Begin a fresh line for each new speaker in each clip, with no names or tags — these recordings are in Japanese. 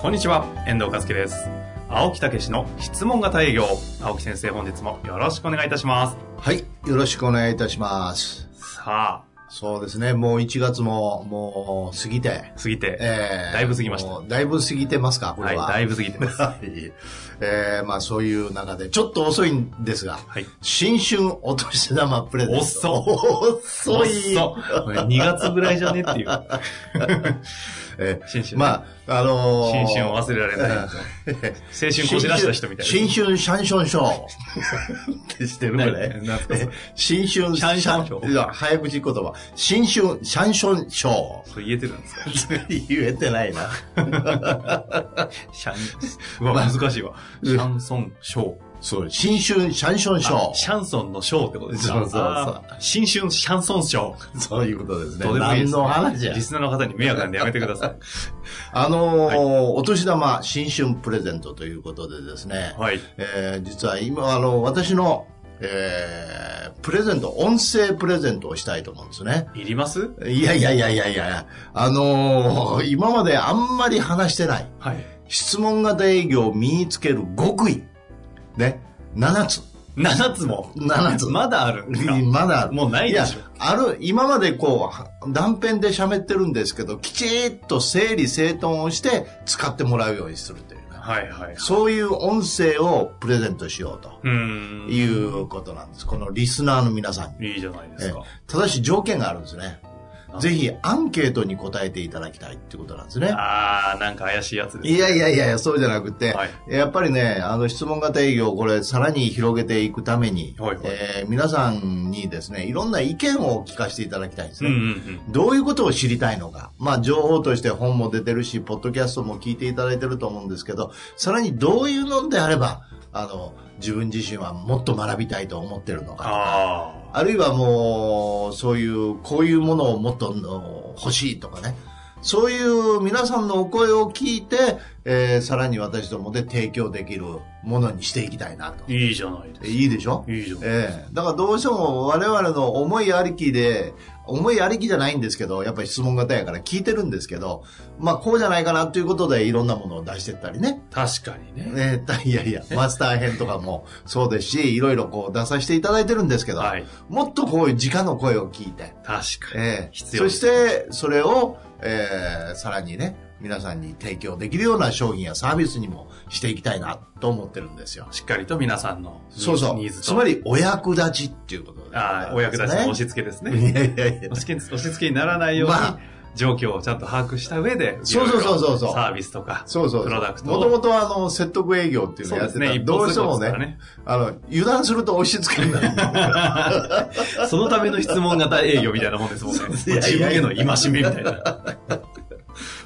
こんにちは、遠藤和樹です。青木武の質問型営業。青木先生、本日もよろしくお願いいたします。
はい。よろしくお願いいたします。
さ
そうですね。もう1月も、もう、過ぎて。
あ、過ぎて、
え
だいぶ過ぎました
もうだいぶ過ぎてますか、こ
は
れ
い、
は。
だいぶ過ぎてます。
はい。えー、まあそういう中で、ちょっと遅いんですが、
はい。
新春お年玉プレゼント。
遅
遅
遅
い。
2月ぐらいじゃねっていう。
え
新春。
ーまあ、あの
新
ー、
春を忘れられない。青春こじらした人みたいな。
新春シャンションショー。 ってしてるぐらい。
何ですか
新春
シャンションショー
いや早口言葉。新春シャンションショー。
それ言えてるんですか
言えてないな。
シャン、うわ、難しいわ。シャンソン、ショー。
そう、新春シャンションショ
あシャンソンのショーってことですか
そうそうそう
あー新春シャンソンショー。
ー。そういうことですね。
どうでもいいで
何
す
の話や
リ。スナーの方に迷惑なんでやめてください。
あのー
はい
お年玉新春プレゼントということでですね、
はい。
えー実は今、あの、私の、えープレゼント、音声プレゼントを したいと思うんですね。
いります
いやいやいやいやいや、あのー今まであんまり話してない、
はい。
質問型営業を身につける極意、ね、7つ。
7つも
7つ
まだあるんですか
まだある
もうないでしょ
やある、今までこう、断片で喋ってるんですけど、きちっと整理整頓をして使ってもらうようにするというね。
はいはい。
そういう音声をプレゼントしようと
うーん。い
いうことなんです。このリスナーの皆さんに。
いじゃないですか。
ただし条件があるんですね
あ。
ぜひアンケートに答えていただきたいってことなんですね。
あー、なんか怪しいやつです。
いやいやいやいや、そうじゃなくて、
はい
やっぱりね、あの質問型営業、これ、さらに広げていくために、
はいはい
えー皆さんにですね、いろんな意見を聞かせていただきたいんです
うん
ね。
うんうん。
どういうことを知りたいのか。まあ、情報として本も出てるし、ポッドキャストも聞いていただいてると思うんですけど、さらにどういうのであれば、あの、自分自身はもっと学びたいと思ってるのか。
あ
あるいはもう、そういう、こういうものをもっとの欲しいとかね。そういう皆さんのお声を聞いて、えーさらに私どもで提供できるものにしていきたいなと。
ー、いいじゃないです
いいでしょ
か。いいじゃない。
ええだからどうしても我々の思いありきで、思いありきじゃないんですけど、やっぱり質問型やから聞いてるんですけど、まあこうじゃないかなということでいろんなものを出してったりね。
確かにね。
ええいやいや、マスター編とかもそうですし、いろいろこう出させていただいてるんですけど、
はい。
もっとこういう直の声を聞いて、
確かに。
ええ
必要
そ
で
し
す
てそれを、ええさらにね、皆さんに提供できるような商品やサービスにもしていきたいなと思ってるんですよ。
しっかりと皆さんのニーズ
そうそう
ニーズ。と。
つまり、お役立ちっていうことでございます
あ
ね
ー、お役立ちの押し付けですね。
いやいやいや。
押し付け押し付けにならないよう
まあ
に、状況をちゃんと把握した上で、
そうそうそうそ
いろ
うそう
いろサービスとか、
そうそうそう。
プロダクト
もともとあの、説得営業っていう
そ
のを
う
や
で
っ
す
てた
ね。
ら
一
どう
発
して
で
も
すから
ね、
ね。
あの、油断すると押し付けになる。
そのための質問型営業みたいなもんですもんね。
いや
自
いや
分
い
へ
や
の戒めみたい な。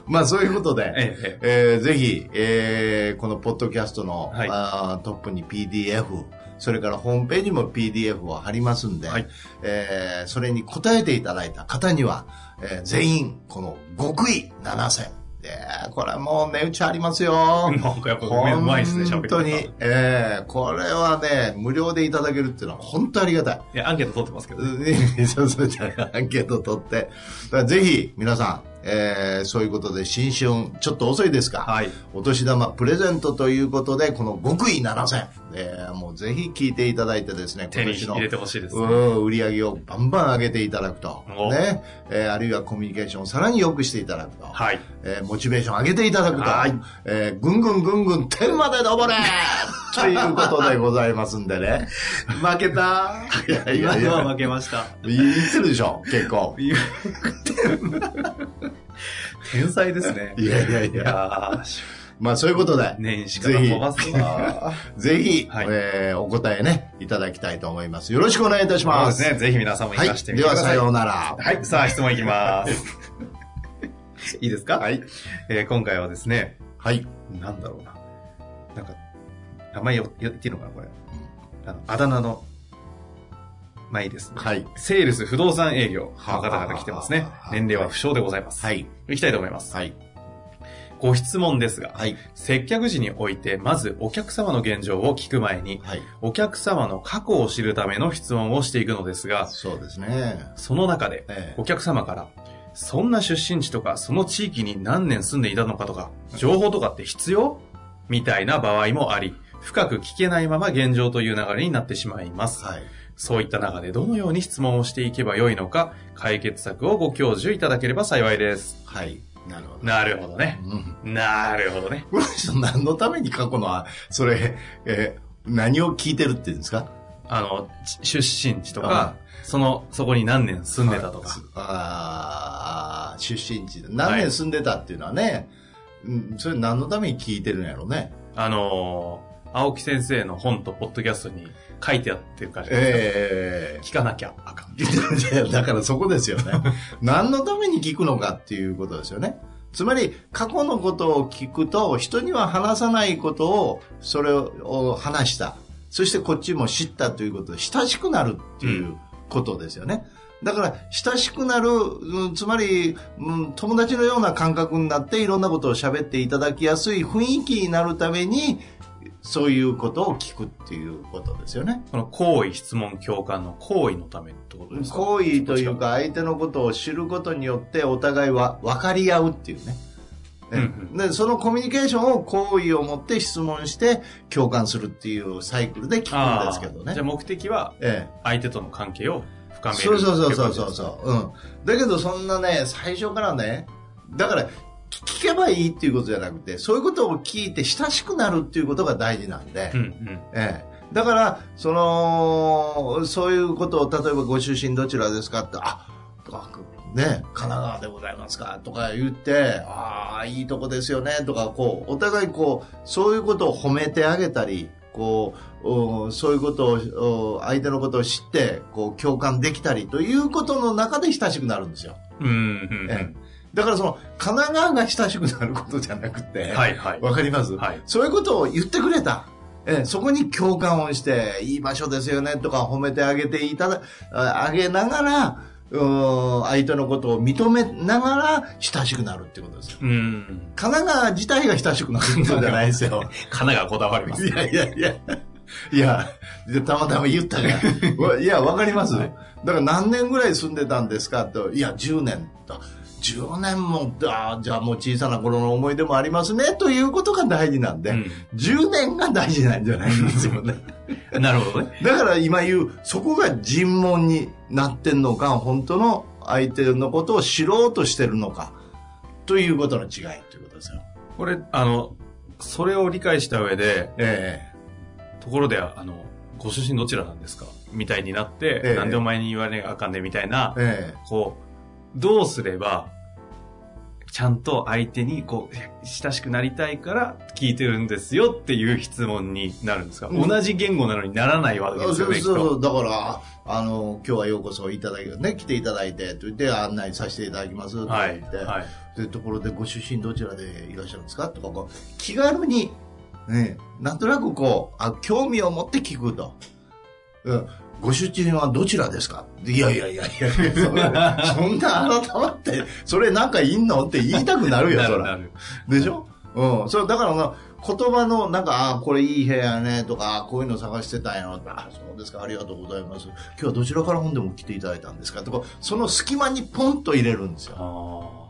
まあそういうことで、
えええ
えーぜひ、えーこのポッドキャストの、
はい
あートップに PDF、それからホームページにも PDF を貼りますんで、
はい
えーそれに答えていただいた方には、えー全員、この極意7選。えーこれはもう値打ちありますよ
え。。なんかやっぱごめんうまいですね、喋
本
り方
当に。ええこれはね、無料でいただけるっていうのは本当ありがたい。
いや、アンケート取ってますけど。
うんそうそうじゃないアンケート取って。だからぜひ、皆さん、ええそういうことで、新春、ちょっと遅いですか、
はい。
お年玉プレゼントということで、この極意7選、ええもうぜひ聞いていただいてですね、
手に
の
入れてほしいですね。
うん、売り上げをバンバン上げていただくと。
お
ね。えーあるいはコミュニケーションをさらに良くしていただくと。
はい。
えーモチベーション上げていただくと。
はい
えーぐんぐんぐんぐん天まで登れ ということでございますんで ね。
負けた。
いやい
今
やい
のは
や。
負けました。
言ってるでしょ、結構。
天才ですね。
いやいやい
い
や。
や
まあそういうことで、
年始から飛ばすわ。
ぜひ、
はい
えーお答えね、いただきたいと思います。よろしくお願いいたし
そう
ま。
ですすね。ぜひ皆さんも活
は
かして
い。
みて
で
く
は
ださ
さ
い。
よ
は
うなら。
い。さあ、質問いきます。いいですか、
はい。
えー今回はですね、
はい。
なんだろうな。なんか、名前よ言っていいのかな、これ。あの、あだ名の。まあいいです、
はい。
セールス不動産営業の
はあ
方々来てますね
はあは。あ
年齢は不詳でございます。。
はいい。
行きたいと思います。
はい。
ご質問ですが、
はい。
接客時において、まずお客様の現状を聞く前に、
はい。
お客様の過去を知るための質問をしていくのですが、
そうですね。
その中で、
ええ
お客様から、そんな出身地とか、その地域に何年住んでいたのかとか、情報とかって必要みたいな場合もあり、深く聞けないまま現状という流れになってしまいます。
はい。
そういった中でどのように質問をしていけばよいのか、解決策をご教授いただければ幸いです。
はい。なるほど。
なるほどね。
うん。
なるほどね。
この人何のために過去の、あそれ、えー何を聞いてるって言うんですか
あの、ち出身地とか、その、そこに何年住んでたとか。
ああ、出身地で。何年住んでたっていうのはね、うん、それ何のために聞いてるんやろうね。
あのー青木先生の本とポッドキャストに書いてあってるからじゃないですか
ええ
聞かなきゃあかん。
だからそこですよね。何のために聞くのかっていうことですよね。つまり、過去のことを聞くと、人には話さないことを、それを話した。そしてこっちも知ったということで、親しくなるっていうことですよね。だから、親しくなる、うんつまり、うん友達のような感覚になって、いろんなことを喋っていただきやすい雰囲気になるために、そういうことを聞くっていうことですよね。
この行為、質問、共感の行為のためってことですか
行為という。か相手のことを知ることによってお互いは分かり合うっていうね、
うんうん
でそのコミュニケーションを好意を持って質問して共感するっていうサイクルで聞くん
あ
で
あ
すけどね
じゃあ目的は
ええ
相手との関係を深める。
そうそうそうそ
っ
う
ていこ
そう
とですね
そう、うん、だけどそんなね最初からねだから聞聞けばいいっていうことじゃなくてそういうことを聞いて親しくなるっていうことが大事なんで、
うんうん。
ええ。だから、その、そういうことを、例えばご出身どちらですかって、あ、ね、神奈川でございますかとか言って、ああ、いいとこですよねとか、こう、お互いこう、そういうことを褒めてあげたり、こう、おそういうことを、お相手のことを知って、こう、共感できたりということの中で親しくなるんですよ。
うんうんうん。
ええだからその、神奈川が親しくなることじゃなくて、
はいはい。
わかります
はい。
そういうことを言ってくれた。ええそこに共感をして、いい場所ですよねとか褒めてあげていただ、ああげながら、うーん相手のことを認めながら親しくなるってことですよ。
うん。
神奈川自体が親しくなるってことじゃないですよ。
神奈川こだわります。
いやいやいや。いや、でたまたま言ったから。 わいや、わかります。だから何年ぐらい住んでたんですかと。いや、10年と。10年も、あーじゃあもう小さな頃の思い出もありますね。ということが大事なんで。
う
10年が大事なんじゃないんですよね。
ん。なるほどね。
だから今言う、そこが尋問になってんのか、本当の相手のことを知ろうとしてるのか、ということの違いということですよ。
これ、あの、それを理解した上で、
え
ところで、あの、ご出身どちらなんですかみたいになって、
ええ
なんでお前に言われなきゃあかんねみたいな
え、え
こう、どうすれば、ちゃんと相手に、こう、親しくなりたいから聞いてるんですよっていう質問になるんですか、
うん
同じ言語なのにならないわ
え
けです
そ
よ
う
ね。
そうそう、だから、あの、今日はようこそいただき、ね、来ていただいて、と言って案内させていただきます、
きっ
と
とはい。
言って、
はい。
でところでご出身どちらでいらっしゃるんですかとかこう気軽に、ね、なんとなくこうあ興味を持って聞くと、うん、ご出身はどちらですかでいやいやいやいやいやそ んなそんな改まってそれなんかいんのって言いたくなるよ
な
そ
る
ら
なる。
でしょうん、そうだからな言葉のなんか、あこれいい部屋やねとか、あこういうの探してたんやなあそうですか、ありがとうございます。今日はどちらから本でも来ていただいたんですかとか、その隙間にポンと入れるんですよ。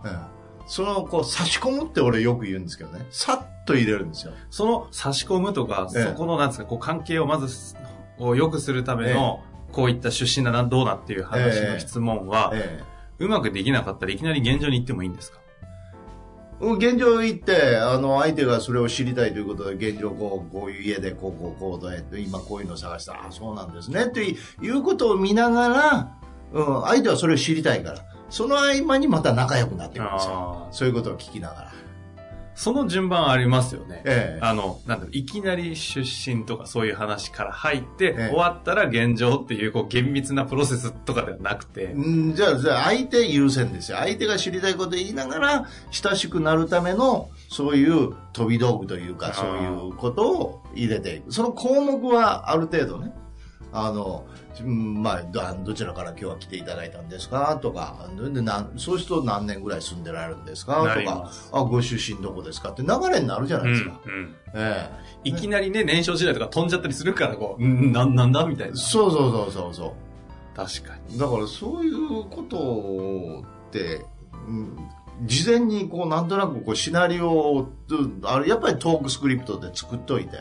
あー
うんそのこう差し込むって俺よく言うんですけどねさっと入れるんですよ
その差し込むとか、
ええ
そこの、なんですか、こう、関係をまず、を良くするための、こういった出身だな、どうなっていう話
え
の
え
質問は、
え
うまくできなかったらいきなり現状に行ってもいいんですか
え現状行ってあの相手がそれを知りたいということで現状こうこういう家でこうこうこうで今こういうのを探したあそうなんですねっていうことを見ながら、うん、相手はそれを知りたいからその合間にまた仲良くなっていくんですよ
あー
そういうことを聞きながら
その順番ありますよね。
ええ
あの、なんだろう、いきなり出身とかそういう話から入って、
ええ
終わったら現状っていう、こう、厳密なプロセスとかではなくて、
うんじゃあ、じゃあ相手優先ですよ。相手が知りたいこと言いながら、親しくなるための、そういう飛び道具という
あ
か、
ー
そういうことを入れていく。その項目はある程度ね、あの、うんまあ、どどちらから今日は来ていただいたんですかとか、でなんそうすると何年ぐらい住んでられるんですか
な
と
り
か
ま、
あ、ご出身どこですかって流れになるじゃな
う
い
ん、
で
う
すか。
ん。
え
いきなりね、年少時代とか飛んじゃったりするから、こう、うん、なんなんだみたい
え
な。
そうそうそうそうそう。
確かに。
だからそういうことって、うん事前にこうなんとなくこうシナリオをうんあれやっぱりトークスクリプトで作っといて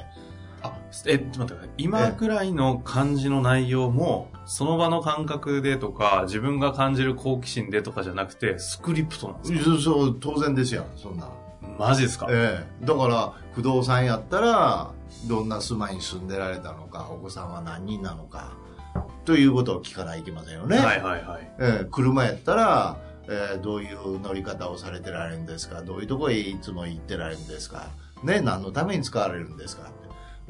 あ、え、ちょっと待ってください。今くらいの漢字の内容も、その場の感覚でとか、自分が感じる好奇心でとかじゃなくて、スクリプトなんですか
そうそう当然ですよそんな、
マジですか
ええ、だから不動産やったらどんな住まいに住んでられたのかお子さんは何人なのかということを聞かないといけませんよね、
はいはいはい。
ええ車やったら、ええどういう乗り方をされてられるんですかどういうとこへいつも行ってられるんですか、ね、何のために使われるんですかって、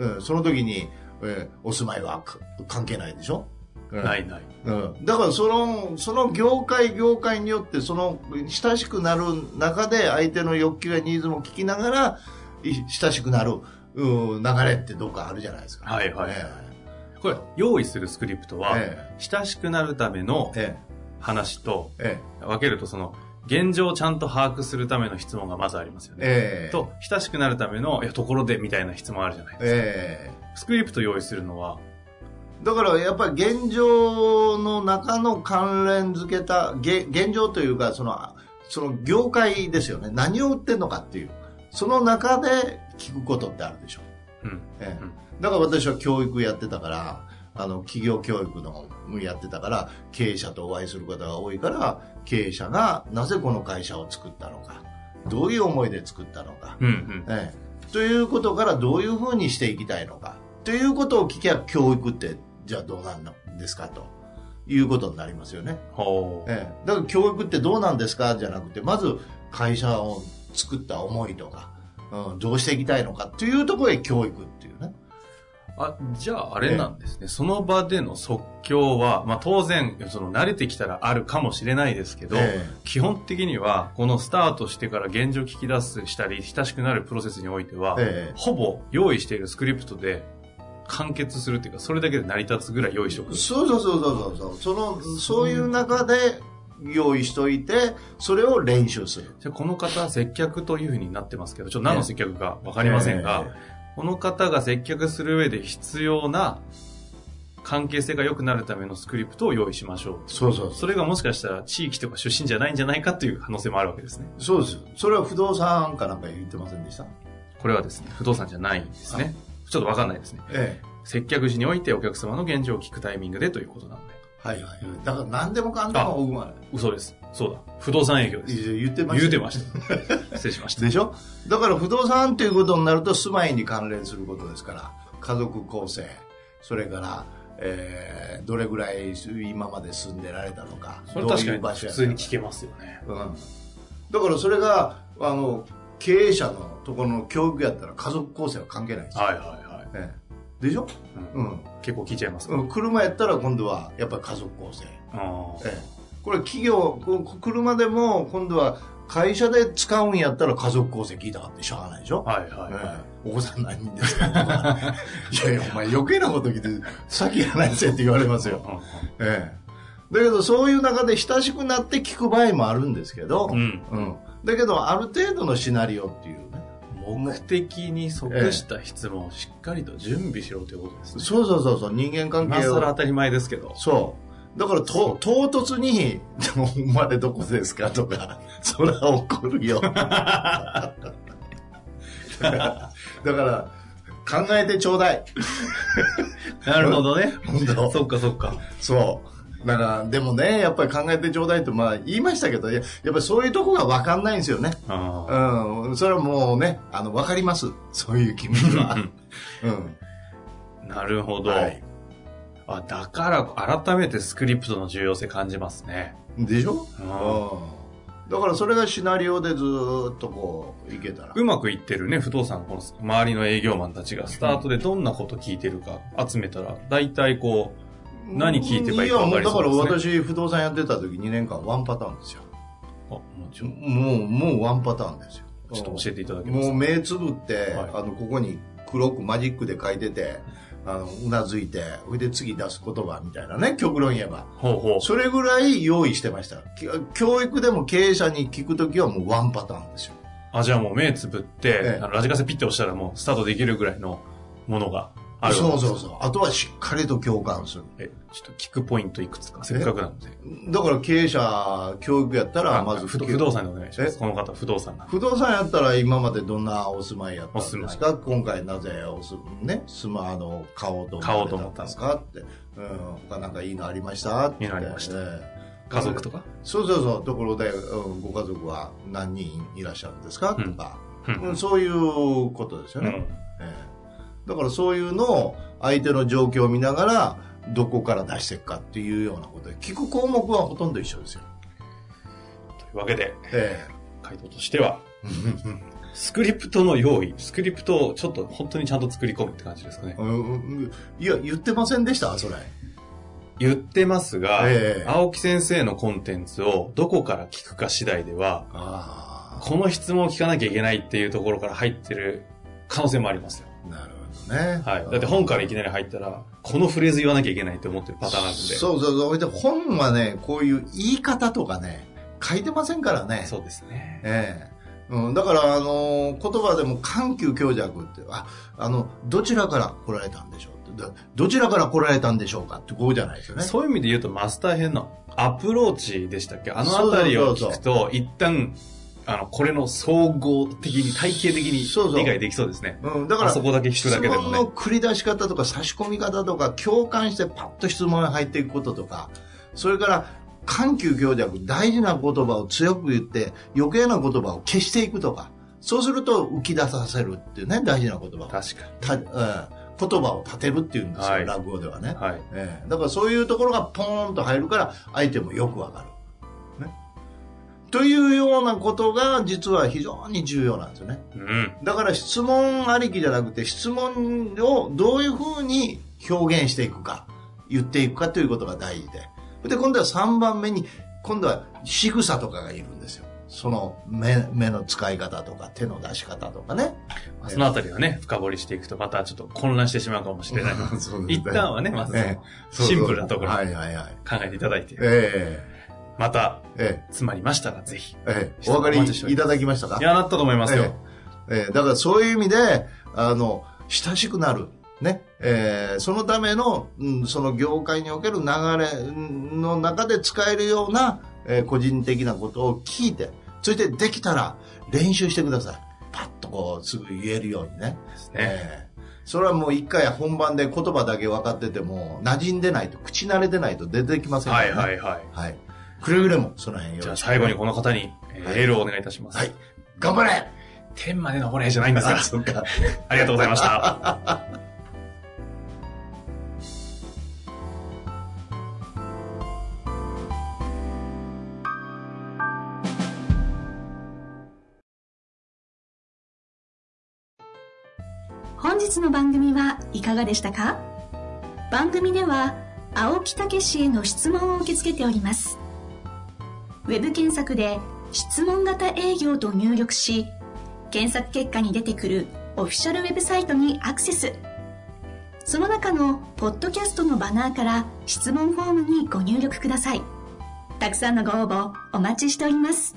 うん、その時に、ええお住まいはか関係ないでしょ、うん
ないない。
うん、だからそのその業界業界によってその親しくなる中で相手の欲求やニーズも聞きながらい親しくなる、うん、流れってどっかあるじゃないですか。
はいはい
え
これ、用意するスクリプトは、
え
親しくなるための
え
話と、
ええ
分けるとその、現状をちゃんと把握するための質問がまずありますよね。
ええ
と、親しくなるための、いや、ところで、みたいな質問あるじゃないですか。
ええ
スクリプト用意するのは、
だからやっぱり現状の中の関連付けたげ現状というかそのその業界ですよね何を売ってるのかっていうその中で聞くことってあるでしょ、
うん。
ええ
うん
だから私は教育やってたからあの企業教育のやってたから経営者とお会いする方が多いから経営者がなぜこの会社を作ったのかどういう思いで作ったのか、
うんうん。
ええ、ということからどういうふうにしていきたいのかということを聞きゃ教育ってじゃあどうなんですかということになりますよね、
ほう。
ええ、だから教育ってどうなんですかじゃなくてまず会社を作った思いとか、うん、どうしていきたいのかというところへ教育っていうね
あ、じゃああれなんですね。その場での即興は、まあ当然、その慣れてきたらあるかもしれないですけど、
ええ
基本的には、このスタートしてから現状聞き出すしたり、親しくなるプロセスにおいては、
え
ほぼ用意しているスクリプトで完結するっていうか、それだけで成り立つぐらい用意しと
え、
く。
そうそうそうそうそうそのそういう中で用意しといてそれを練習する
じゃあこの方、接客というふうになってますけど、ちょっと何の接客かわかりませんが、
え
この方が接客する上で必要な関係性が良くなるためのスクリプトを用意しましょう。
そうそうそう
それがもしかしたら地域とか出身じゃないんじゃないかという可能性もあるわけですね。
そうですそれは不動産かなんか言ってませんでした
これはですね、不動産じゃないんですね。ちょっとわかんないですね。
ええ
接客時においてお客様の現状を聞くタイミングでということなんで。
はいはいはい。だから何でもかんでも僕は
嘘です。そうだ。不動産営業です。
言ってました。
言うてました。失礼しま した。
でしょだから不動産ということになると住まいに関連することですから、家族構成、それから、えー、どれぐらい今まで住んでられたのか、
そ
ど
れ
う
確か
いう
に
場
普
所や
通に聞けますよね。
うん。だからそれが、あの、経営者のところの教育やったら家族構成は関係ないです。
はいはいはい。
ええでしょ
うん
うん。
結構聞いちゃいますか。
うん車やったら今度はやっぱり家族構成。
あー
ええこれ企業ここ車でも今度は会社で使うんやったら家族構成聞いたかってしゃあないでしょ、
はいはいはい。
ええお子さん何人ですかとか いやいやお前余計なこと聞いて先がないせって言われますよ、 ええだけどそういう中で親しくなって聞く場合もあるんですけど、
うんうん
うんだけどある程度のシナリオっていうね
目的に即した質問をしっかりと準備しろということですね。
そうそうそうそう人間関
今
係を
更当たり前ですけど。
そう。だからと、唐突に、お前どこですかとか、 そら怒るよ。 だから、だから考えてちょうだい。
なるほどね。
本当
そっかそっか。
そう。だから、でもね、やっぱり考えてちょうだいと、まあ言いましたけど、いややっぱりそういうとこが分かんないんですよね。
あ
うん。それはもうね、あの、分かります。そういう君 は。うん。
ーなるほど、
はい
あ。だから改めてスクリプトの重要性感じますね。
でしょ
う
うんんだからそれがシナリオでずーっとこういけたら
うまくいってるね、不動産、この周りの営業マンたちがスタートでどんなこと聞いてるか集めたら、大体こう、何聞いてばいいか分か
い
り
や
そ
も
うです、ね。
うだから私不動産やってた時2年間ワンパターンですよ
あ、もちろん。
もうもうワンパターンですよ
ちょっと教えていただけます
もう
か
目つぶって、
はい
あのここに黒くマジックで書いててあのうなずいてそれで次出す言葉みたいなね極論言えば
ほうほう。
それぐらい用意してましたき教育でも経営者に聞く時はもうワンパターンですよ
あ、じゃあもう目つぶって、
ええ
あのラジカセピッて押したらもうスタートできるぐらいのものがあるわけ
そ
で
う
す
そうそうあとはしっかりと共感する
え、ちょっと聞くポイントいくつか、せっかくなので。
だから経営者教育やったら
あ
まず
不
普
動
及
不動産でお願いします。
え
この方、不動産なんで
不動産やったら今までどんなお住まいやった
お住
ん
ま
で
い
すか今回なぜお住ね住まあの買おうと思
買おうと思ったんで
んですすかって、うん、他なんかいいのありましたって
いいのありました
ええ
家族とか
そうそうそうところで、うん、ご家族は何人いらっしゃるんですか、
うん
とか、
う
うんん、そういうことですよね、
うん
ええだからそういうのを相手の状況を見ながらどこから出していくかっていうようなことで聞く項目はほとんど一緒ですよ、
というわけで、
え
回答としては、
え
スクリプトの用意、スクリプトをちょっと本当にちゃんと作り込むって感じですかね。
うんうんいや言ってませんでしたそれ
言ってますが、
ええ
青木先生のコンテンツをどこから聞くか次第では、
あ
この質問を聞かなきゃいけないっていうところから入ってる可能性もありますよ。
あなるほどね
はい。だって本からいきなり入ったら、このフレーズ言わなきゃいけないって思ってるパターンなんで。
そうそうそうほいで本はねこういう言い方とかね書いてませんからね
そうですね。
ええうん、だから、あのー言葉でも緩急強弱って、あ、あの、どちらから来られたんでしょうって、どどちらから来られたんでしょうかってこうじゃないですよね。
そういう意味で言うとマスター編のアプローチでしたっけあのあたりを聞くと、一旦、あの、これの総合的に、体系的
そうそう
に理解できそうですね。
うん、だか
あ
ら、
そこだけ聞く
質
だけで
問
もね
の。繰り出し方とか差し込み方とか、共感してパッと質問が入っていくこととか、それから、緩急強弱、大事な言葉を強く言って、余計な言葉を消していくとか、そうすると浮き出させるっていうね、大事な言葉を。
確か
たうん、言葉を立てるっていうんですよ、
はい
落語ではね
に。。はい。
ええだからそういうところがポーンと入るから相手もよくわかる、ね。というようなことが実は非常に重要なんですよね。
うん。
だから質問ありきじゃなくて質問をどういうふうに表現していくか、言っていくかということが大事で。で、今度は3番目に、今度は仕草とかがいるんですよ。その目目の使い方とか手の出し方とかね。
そのあたりをね、深掘りしていくと、またちょっと混乱してしまうかもし れない。
そうです
一
ね
旦はね、まず
ええそうそう
シンプルなところを
は
考
いはいはい。
えていただいて、
え
また、
えええ
詰まりましたらぜひ。
ええ、お分かりいただきましたか
いや、なったと思いますよ。
ええええだからそういう意味で、あの、親しくなる。ね。ええそのための、うん、その業界における流れうんの中で使えるような、ええ個人的なことを聞いて、そしてできたら練習してください。パッとこう、すぐ言えるようにね。
ですね
ええそれはもう一回本番で言葉だけ分かってても、馴染んでないと、口慣れてないと出てきませんか
は
ら、
い
ね。。
はいいはい。
はい。くれぐれも、その辺よろし
じ
く
ゃあ最後にこの方に、えー
はい
エールをお願いいたします。
はい。頑張れ
天まで登れじゃないんですから。
そっか。
ありがとうございました。
本日の番組はいかがでしたか番組では青木武氏への質問を受け付けておりますウェブ検索で「質問型営業」と入力し検索結果に出てくるオフィシャルウェブサイトにアクセスその中のポッドキャストのバナーから質問フォームにご入力くださいたくさんのご応募お待ちしております